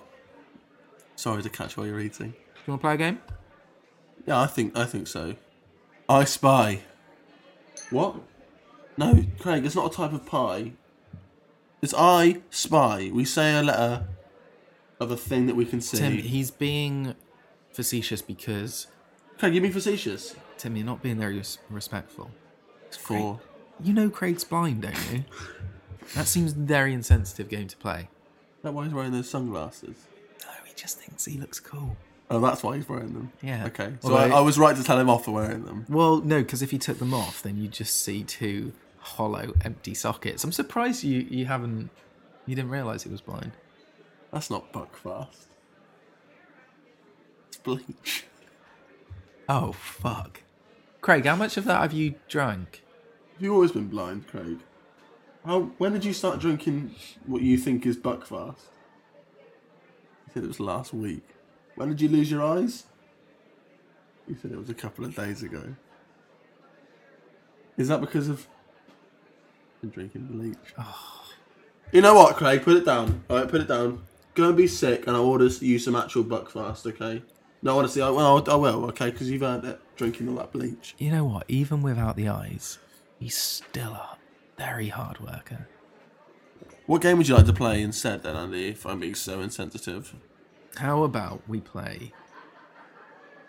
Sorry to catch while you're eating. Do you want to play a game? Yeah, I think I think so. I spy. What? No, Craig, it's not a type of pie. It's I spy. We say a letter of a thing that we can see. Tim, he's being facetious because Craig, you mean facetious? Tim, you're not being very res- respectful. It's four. You know Craig's blind, don't you? that seems a very insensitive game to play. That why he's wearing those sunglasses. No, he just thinks he looks cool. Oh, that's why he's wearing them. Yeah. Okay. So Although- I, I was right to tell him off for wearing them. Well, no, because if he took them off, then you'd just see two hollow, empty sockets. I'm surprised you you haven't you didn't realise he was blind. That's not Buckfast. It's bleach. Oh fuck, Craig, how much of that have you drank? Have you always been blind, Craig? How? When did you start drinking what you think is Buckfast? You said it was last week. When did you lose your eyes? You said it was a couple of days ago. Is that because of been drinking bleach? You know what, Craig? Put it down. All right, put it down. Go and be sick, and I'll order you some actual Buckfast. Okay? No, honestly, I, well, I will. Okay, because you've earned it drinking all that bleach. You know what? Even without the eyes, he's still a very hard worker. What game would you like to play instead, then, Andy? If I'm being so insensitive, How about we play?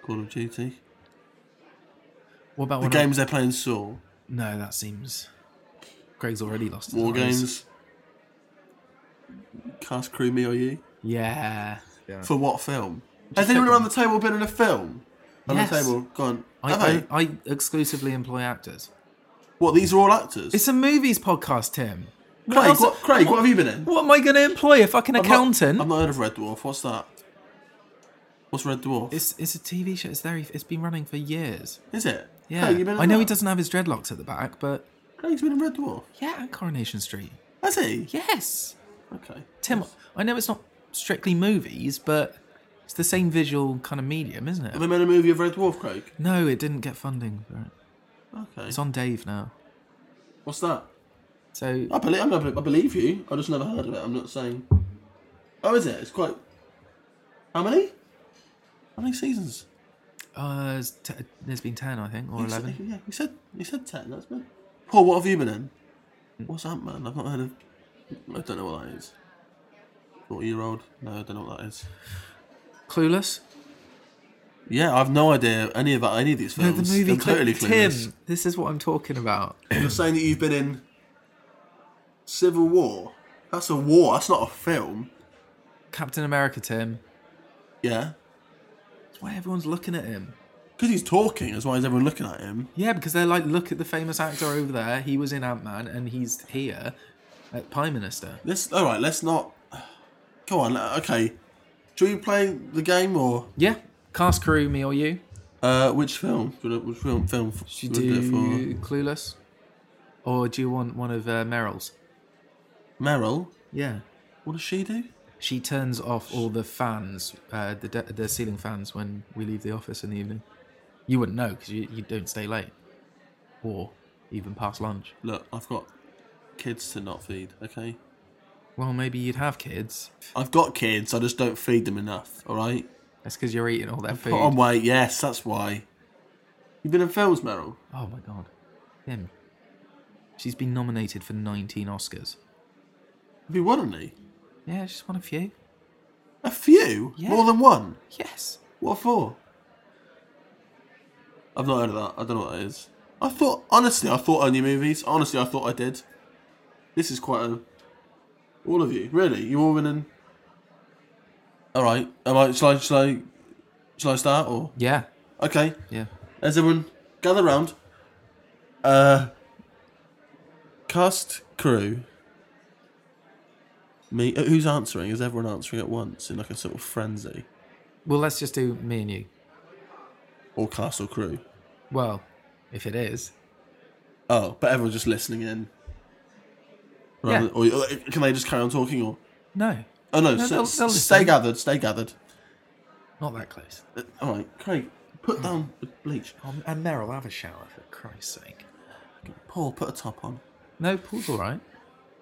Call of Duty. What about The one of- games they're playing Saw, No, that seems. Craig's already lost. his War eyes. Games, Cast Crew Me or You. Yeah. For what film? Just Has anyone pick around the table been in a film? On Yes. the table, go on. Have I, they? I, I exclusively employ actors. What? These are all actors. It's a movies podcast, Tim. Craig, else- what- Craig, what have you been in? What am I going to employ? A fucking I've not- accountant? I've not heard of Red Dwarf. What's that? What's Red Dwarf? It's it's a TV show. It's very it's been running for years. Is it? Yeah, Craig, you been in I know that? he doesn't have his dreadlocks at the back, but Craig's been in Red Dwarf. yeah, and Coronation Street. Has he? Yes, Okay. Tim. I know it's not strictly movies, but it's the same visual kind of medium, isn't Have they it? made a movie of Red Dwarf, Craig? No, it didn't get funding for it. Okay. It's on Dave now. What's that? So I believe, I be- I believe you. I just never heard of it. I'm not saying. Oh, is it? It's quite. How many? How many seasons? uh, it's t- there's been ten, I think, or You said- eleven. yeah, you said you said ten. That's good. Paul, what have you been in? What's Ant Man? I've not heard of. I don't know what that is. Forty year old? No, I don't know what that is. Clueless. Yeah, I've no idea any about any of these No, films. the movie I'm Clu- totally clueless. Tim. This is what I'm talking about. You're saying that you've been in Civil War. That's a war. That's not a film. Captain America, Tim. Yeah, That's why everyone's looking at him. because he's talking. That's why is everyone looking at him. Yeah, because they're like, look at the famous actor over there. He was in Ant Man, and he's here at Prime Minister. Let's all right. Let's not. Go on. uh, Okay. Should we play the game or Yeah, cast crew, me or you. uh, which film? Should I- Which film? Film? f- Should should we do do it Clueless, or do you want one of uh, Meryl's? for Meryl. Yeah, What does she do? she turns off all the fans, uh, the de- the ceiling fans, when we leave the office in the evening. You wouldn't know because you, you don't stay late, or even past lunch. Look, I've got kids to not feed. Okay. Well, maybe you'd have kids. I've got kids. I just don't feed them enough. All right. That's because you're eating all their food. Put on weight. Yes, that's why. You've been in films, Meryl. Oh my god. Tim. She's been nominated for 19 Oscars. Have you won any? Yeah, just one a few. A few? Yeah. More than one? Yes. What for? I've not heard of that. I don't know what that is. I thought, honestly, I thought I knew movies. Honestly, I thought I did. This is quite a. All of you, really? You all winning? Alright. Am I, shall I, shall I, shall I start or? Yeah. Okay. Yeah. As everyone gather round. Uh, cast crew. Me. uh, Who's answering? Is everyone answering at once in like a sort of frenzy? Well, let's just do me and you. Or cast or crew? Well, if it is. Oh, but everyone's just listening in. Yeah. Rather, or, or can they just carry on talking? Or No. oh no, No, s- they'll- s- they'll stay listen. gathered, stay gathered. Not that close. Uh, all right, Craig, put down the bleach. Um, and Meryl, have a shower for Christ's sake. Paul, put a top on. No, Paul's all right.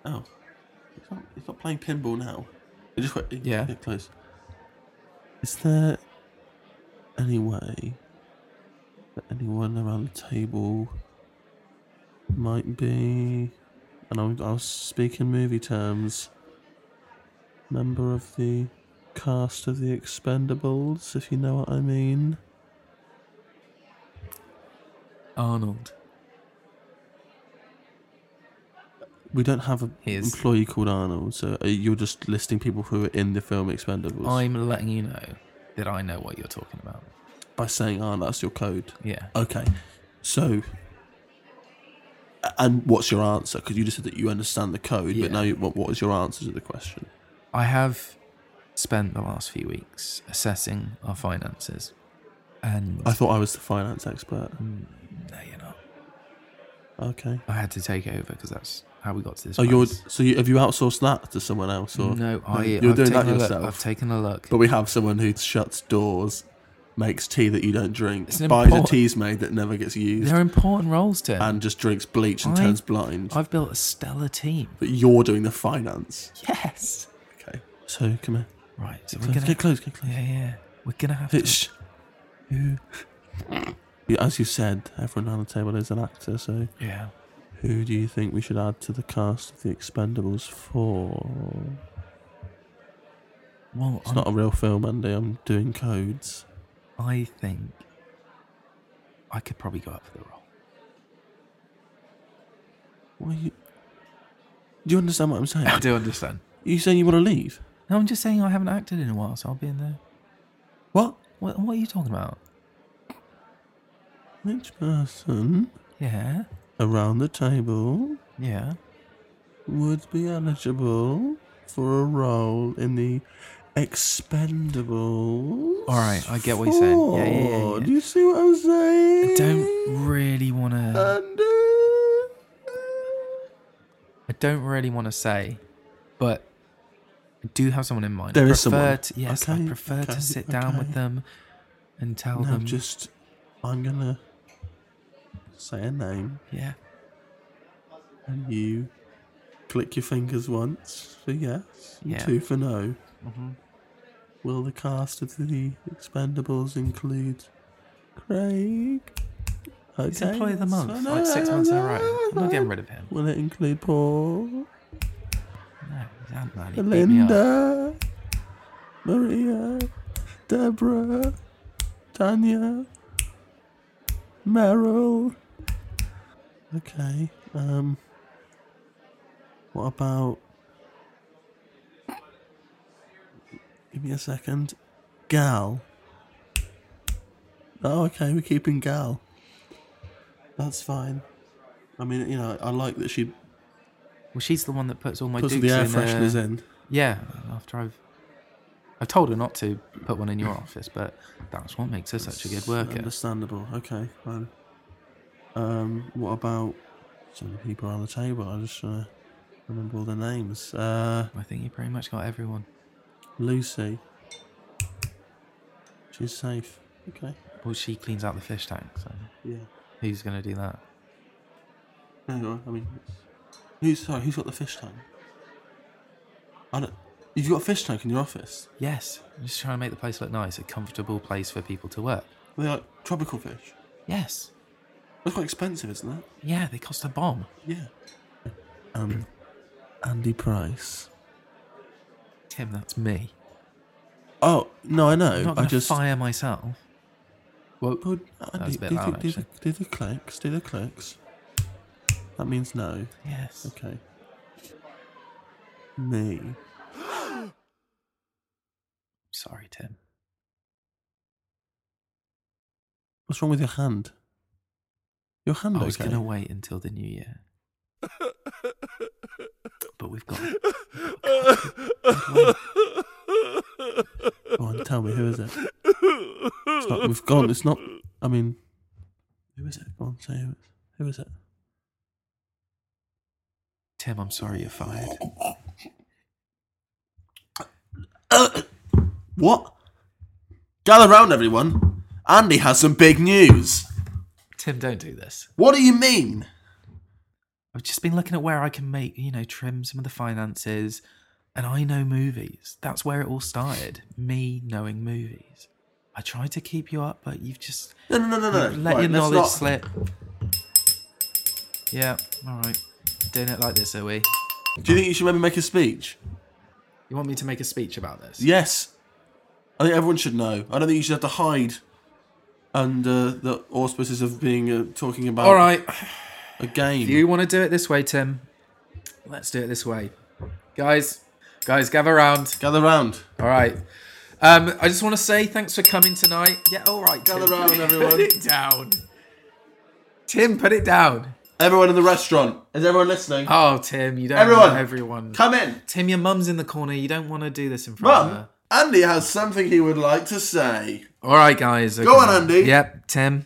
Oh, he's not, he's not playing pinball now. He just went, he- Yeah. get close. Is there any way that anyone around the table might be, and I'll, I'll speak in movie terms, member of the cast of the Expendables, if you know what I mean? Arnold. We don't have an He is- employee called Arnold, so uh, you're just listing people who are in the film Expendables I'm letting you know that I know what you're talking about. by saying Arnold. That's your code. Yeah. Okay. So, a- and what's your answer? Because you just said that you understand the code, Yeah. but now you, what, what is your answer to the question? I have spent the last few weeks assessing our finances. And I thought I was the finance expert. Hmm. no, you're not. Okay. I had to take over because that's how we got to this. Oh, you're place. so you, have you outsourced that to someone else, or No, I. you're I've doing taken that a look- yourself? I've taken a look. But we have someone who shuts doors, makes tea that you don't drink, It's an buys import- a tea's made that never gets used, They're important roles, Tim. and just drinks bleach and I- turns blind. I've built a stellar team. But you're doing the finance. Yes. Okay. So come here. Right. So Get we're close, gonna get close. Get close. Yeah, yeah. We're gonna have to. It's, as you said, everyone around the table is an actor, so Yeah. who do you think we should add to the cast of The Expendables 4? Well, It's I'm- not a real film, Andy. I'm doing codes. I think I could probably go up for the role. What are you... Do you understand what I'm saying? I do understand. you saying you want to leave? No, I'm just saying I haven't acted in a while, so I'll be in there. What? What, what are you talking about? Which person Yeah. around the table Yeah. would be eligible for a role in the Expendables? All right, I get what you're saying. Yeah, yeah, yeah, four? yeah. Do you see what I'm saying? I don't really want Uh, to. I don't really want to say, but I do have someone in mind. There I is prefer someone. To, yes, Okay, I prefer okay, to sit down okay. with them and tell no, them. just I'm gonna say a name, yeah. and you click your fingers once for yes, and Yeah. Mm-hmm. two for no. Will the cast of the Expendables include Craig? Okay, He's employee of the that's month, fine. like six No, months in a no, row. I'm no. not getting rid of him. Will it include Paul? No, he's Ant-Man, he beat me up. Linda, Maria, Deborah, Tanya, Meryl. Okay. Um. What about? Give me a second. Gal. Oh, okay. We're keeping Gal. That's fine. I mean, you know, I like that she Well, she's the one that puts all my puts dukes the air in, fresheners uh, in. Yeah, after I've I've told her not to put one in your office, but that's what makes her such a good worker. Understandable. Okay, fine. Um, what about some people around the table? I just uh, remember all their names. Uh, I think you pretty much got everyone. Lucy. She's safe. Okay. Well, she cleans out the fish tank, so Yeah. who's gonna do that? No, you're right, I mean, who's sorry? Who's got the fish tank? I don't. You've got a fish tank in your office. Yes, I'm just trying to make the place look nice, a comfortable place for people to work. Are they like tropical fish. Yes, That's quite expensive, isn't it? yeah, they cost a bomb. Yeah. Um, Andy Price. Tim, that's me. Oh no, I I'm know. not I going to just. fire myself. Well, Well, That uh, was a do, bit do, loud, do, do, actually. do the clicks. Do the clicks. That means no. yes. Okay. Me. Sorry, Tim. What's wrong with your hand? Your hand. I was okay? going to wait until the new year. but we've got. Go on, tell me who is it. It's not, we've gone. It's not. I mean, who is it? Go on, say who. it is. Who is it? Tim, I'm sorry you're fired. What? Gather round, everyone. Andy has some big news. Tim, don't do this. What do you mean? I've just been looking at where I can make, you know, trim some of the finances, and I know movies. That's where it all started. Me knowing movies. I tried to keep you up, but you've just No, no, no, no, no. you've let Right, your let's knowledge not- slip. Yeah, all right. Doing it like this, are we? Do you think you should maybe make a speech? You want me to make a speech about this? Yes. I think everyone should know. I don't think you should have to hide under the auspices of being uh, talking about All right. a game. If you want to do it this way, Tim, let's do it this way. Guys, guys, gather round. Gather round. All right. Um, I just want to say thanks for coming tonight. Yeah, all right. Gather Tim. round, everyone. Put it down. Tim, put it down. Everyone in the restaurant. Is everyone listening? Oh, Tim, you don't Everyone. want everyone. Come in. Tim, your mum's in the corner. You don't want to do this in front of Mum, her. Andy has something he would like to say. All right, guys. Go on, Andy. Yep, Tim.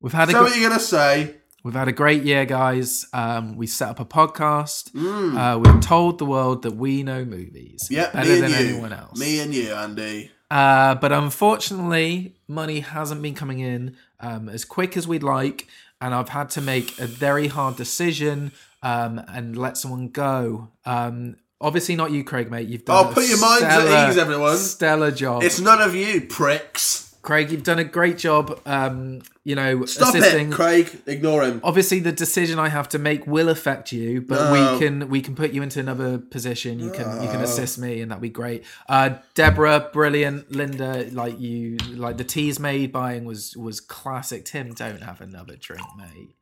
We've had a So good, what are you going to say? we've had a great year, guys. Um, we set up a podcast. Uh, we've told the world that we know movies Yep, better Mm. me and than you. anyone else. Me and you, Andy. Uh, but unfortunately, money hasn't been coming in um, as quick as we'd like, and I've had to make a very hard decision um, and let someone go. Um, obviously, not you, Craig, mate. You've done. Oh, a put your minds at stellar- ease, everyone. Stellar job, It's none of you, pricks. Craig. You've done a great job. Um, you know, Stop assisting. Oh. it, Craig. Ignore him. Obviously, the decision I have to make will affect you, but Oh. we can we can put you into another position. You can you can assist me, and that'd be great. Uh, Deborah, brilliant. Linda, like you, like the teas made buying was was classic. Tim, don't have another drink, mate.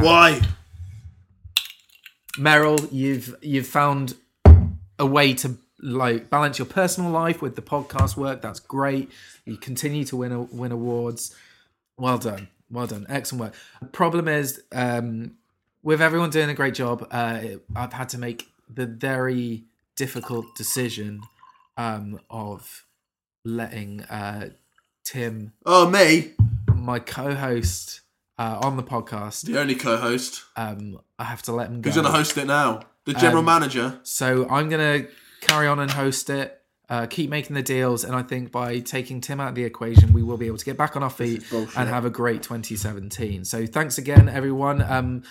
Why? Meryl, you've you've found a way to like balance your personal life with the podcast work. That's great. You continue to win win awards. Well done. Well done. Excellent work. Problem is, um, with everyone doing a great job, uh, I've had to make the very difficult decision um, of letting uh, Tim, Oh, me, my co-host uh, on the podcast, the only co-host. um, I have to let him go. Who's going to host it now? The general Um, manager. So I'm going to carry on and host it, uh, keep making the deals, and I think by taking Tim out of the equation, we will be able to get back on our feet and have a great 2017. So thanks again, everyone. Um,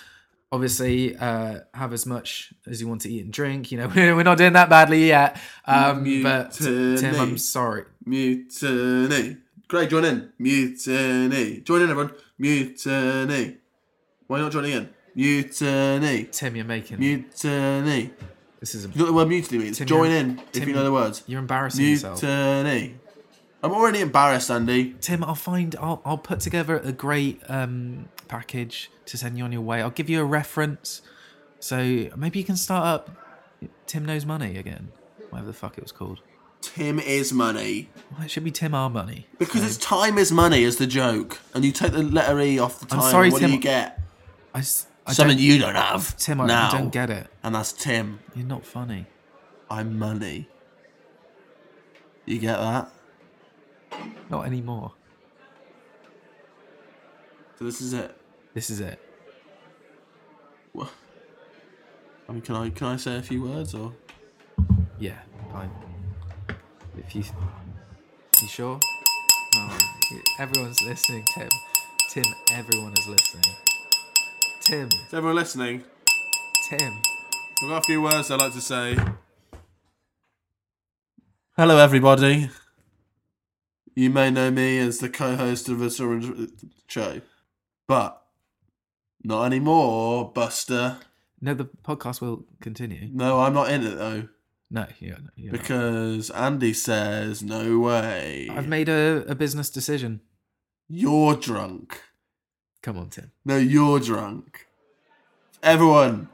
obviously, uh, have as much as you want to eat and drink. You know, we're not doing that badly yet. Um, but Mutiny. Tim, I'm sorry. Mutiny. Craig, join in. Mutiny. Join in, everyone. Mutiny. Why not joining in? Mutiny. Tim, you're making Mutiny. this is You know what the word mutiny means? Tim, join you're- in if Tim, you know the words. you're embarrassing yourself. Mutiny. I'm already embarrassed, Andy. Tim, I'll find. I'll, I'll put together a great um, package to send you on your way. I'll give you a reference, so maybe you can start up. Tim knows money again, whatever the fuck it was called. Tim is money. Well, it should be Tim R money. Because it's time is money is the joke. And you take the letter E off the I'm time. sorry, and what Tim. do you get? I, s- I Something don't- you don't have. Tim, I, now. I don't get it. And that's Tim. You're not funny. I'm money. You get that? Not anymore. So this is it. This is it. Wha- I mean, can I can I say a few words or? Yeah, fine. If you, you sure? No, everyone's listening, Tim. Tim, everyone is listening. Tim, Is everyone listening? Tim. I've got a few words I'd like to say. Hello, everybody. You may know me as the co-host of this orange- show, but not anymore, Buster. No, the podcast will continue. No, I'm not in it though. No, yeah, no, you're not. Because Andy says, no way. I've made a, a business decision. You're drunk. Come on, Tim. No, you're drunk. Everyone,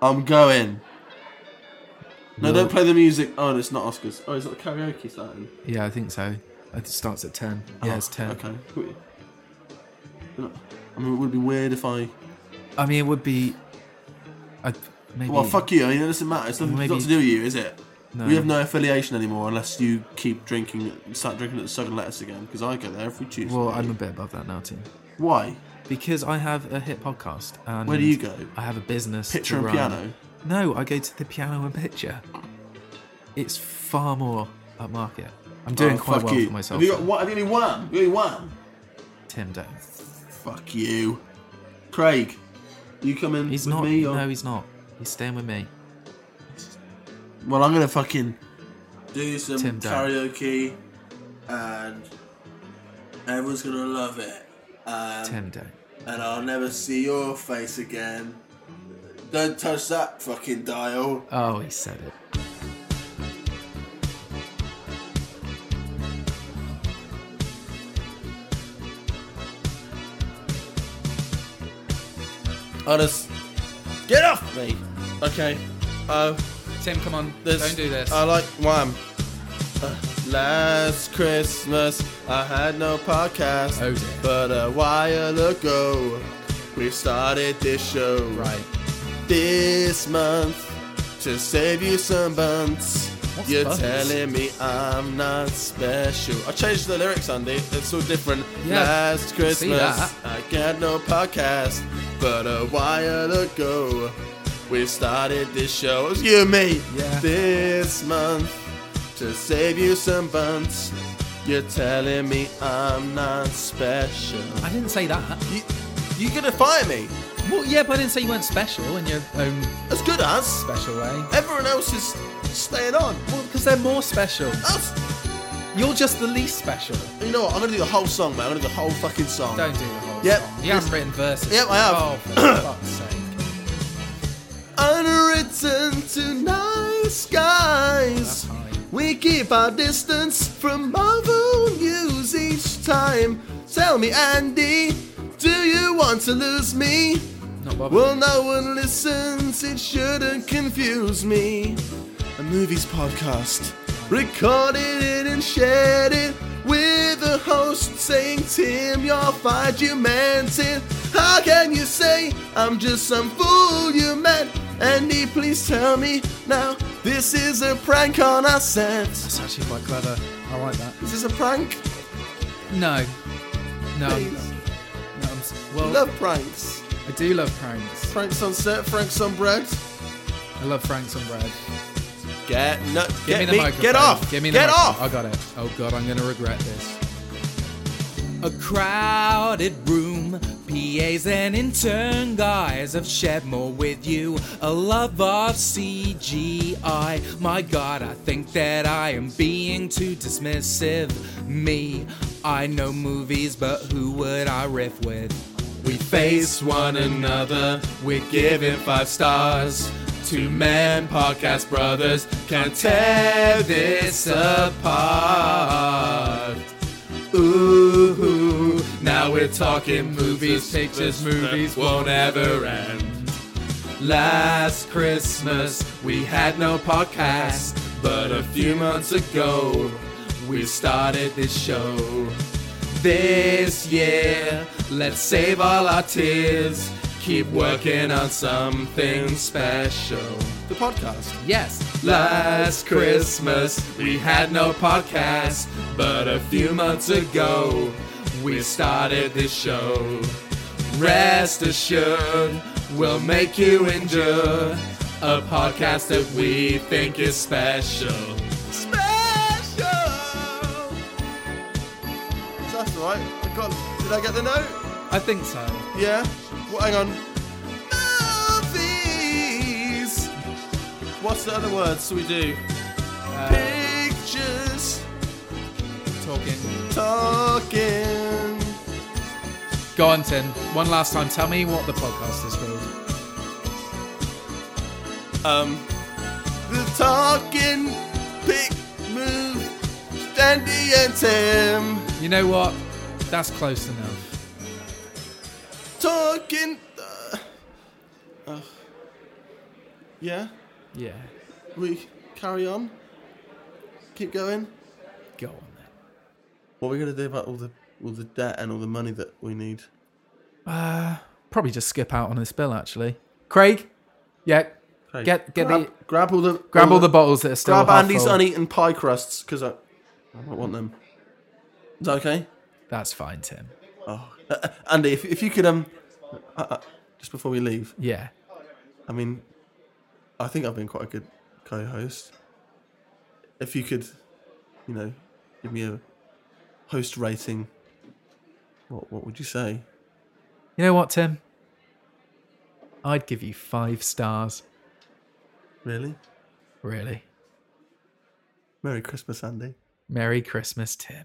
I'm going. No, You're- don't play the music. Oh, no, it's not Oscars. Oh, is it karaoke starting? Yeah, I think so. It starts at ten. Yeah, it's Oh, ten. Okay. Cool. I mean, it would be weird if I. I mean, it would be. I maybe. Well, fuck you. I mean, it doesn't matter. It's nothing it's Maybe- not to do with you, is it? No. We have no affiliation anymore unless you keep drinking, start drinking at the Southern Lettuce again, because I go there every Tuesday. Well, I'm a bit above that now, Tim, Why? because I have a hit podcast. And Where do you go? I have a business. to Picture and run. piano? No, I go to the piano and picture. It's far more upmarket. I'm doing Oh, quite fuck well you. for myself. Have you got though. one? Have you only one? You only one? Tim don't. Fuck you, Craig. You coming He's with not. me? Or... no, he's not. He's staying with me. Well, I'm gonna fucking do some Tim Dunn. karaoke, and everyone's gonna love it. Um, Tim don't. And I'll never see your face again. Don't touch that fucking dial. Oh, he said it. I just get off me. Okay. Uh, Tim, come on. There's- Don't do this. I like Wham. Uh, last Christmas, I had no podcast. Oh, dear. But a while ago, we started this show. right. This month, to save you some buns. What's You're buns? telling me I'm not special. I changed the lyrics, Andy. It's all different. Yeah, Last see Christmas, that. I got no podcast. But a while ago, we started this show. It was you and me. Yeah. This month, to save you some buns. You're telling me I'm not special. I didn't say that. You, you're gonna fire me. Well, yeah, but I didn't say you weren't special in your own As good as. special way. Everyone else is staying on. Well, because they're more special. Us. You're just the least special. You know what? I'm gonna do the whole song, man. I'm gonna do the whole fucking song. Don't do the whole Yep. song. You haven't written verses. Yep, I have. Oh, for fuck's sake. Unwritten to night skies. We keep our distance from Marvel news each time. Tell me, Andy, do you want to lose me? Not bothered. Well, no one listens, it shouldn't confuse me. A movies podcast. Recorded it and shared it with the host saying, Tim, you're fired, you meant it. How can you say I'm just some fool you met? Andy, please tell me now. This is a prank on our set. Is It's actually quite clever. I like that. this a prank? No. No. I'm Please. no I'm, s- well, Love pranks. I do love pranks. Pranks on set, pranks on bread. I love pranks on bread. Get no, Give get me the me, microphone. get off, Give me the get microphone. off. I got it. Oh god, I'm gonna regret this. A crowded room, PAs and intern guys have shared more with you. A love of CGI. My god, I think that I am being too dismissive. Me, I know movies, but who would I riff with? We face one another, we're giving five stars. Two men, podcast brothers, can't tear this apart. Ooh, now we're talking movies, pictures, movies won't ever end. Last Christmas, we had no podcast, but a few months ago, we started this show. This year, let's save all our tears, keep working on something special. The podcast. Yes. Last Christmas, we had no podcast, but a few months ago, we started this show. Rest assured, we'll make you endure a podcast that we think is special. Special. That's all right. I got. Did I get the note? I think so. Yeah. Well, hang on. Movies. What's the other words we do? Uh, Pictures. Talking. Talking. Go on, Tim. One last time. Tell me what the podcast is called. Um. the talking pick move, Standy and Tim. You know what? That's close enough. Talking. Uh, uh, yeah, Yeah. we carry on. Keep going. Go on then. What are we gonna do about all the all the debt and all the money that we need? Uh, Probably just skip out on this bill, actually. Craig? Yeah. Hey, Get- get grab, the- grab all the Grab all the bottles that are still grab half Andy's full. uneaten pie crusts because I I might want them. Is that okay? That's fine, Tim. Oh, uh, uh, Andy, if if you could um, uh, uh, just before we leave, Yeah. I mean, I think I've been quite a good co-host. If you could, you know, give me a host rating, what what would you say? You know what, Tim? I'd give you five stars. Really? Really. Merry Christmas, Andy. Merry Christmas, Tim.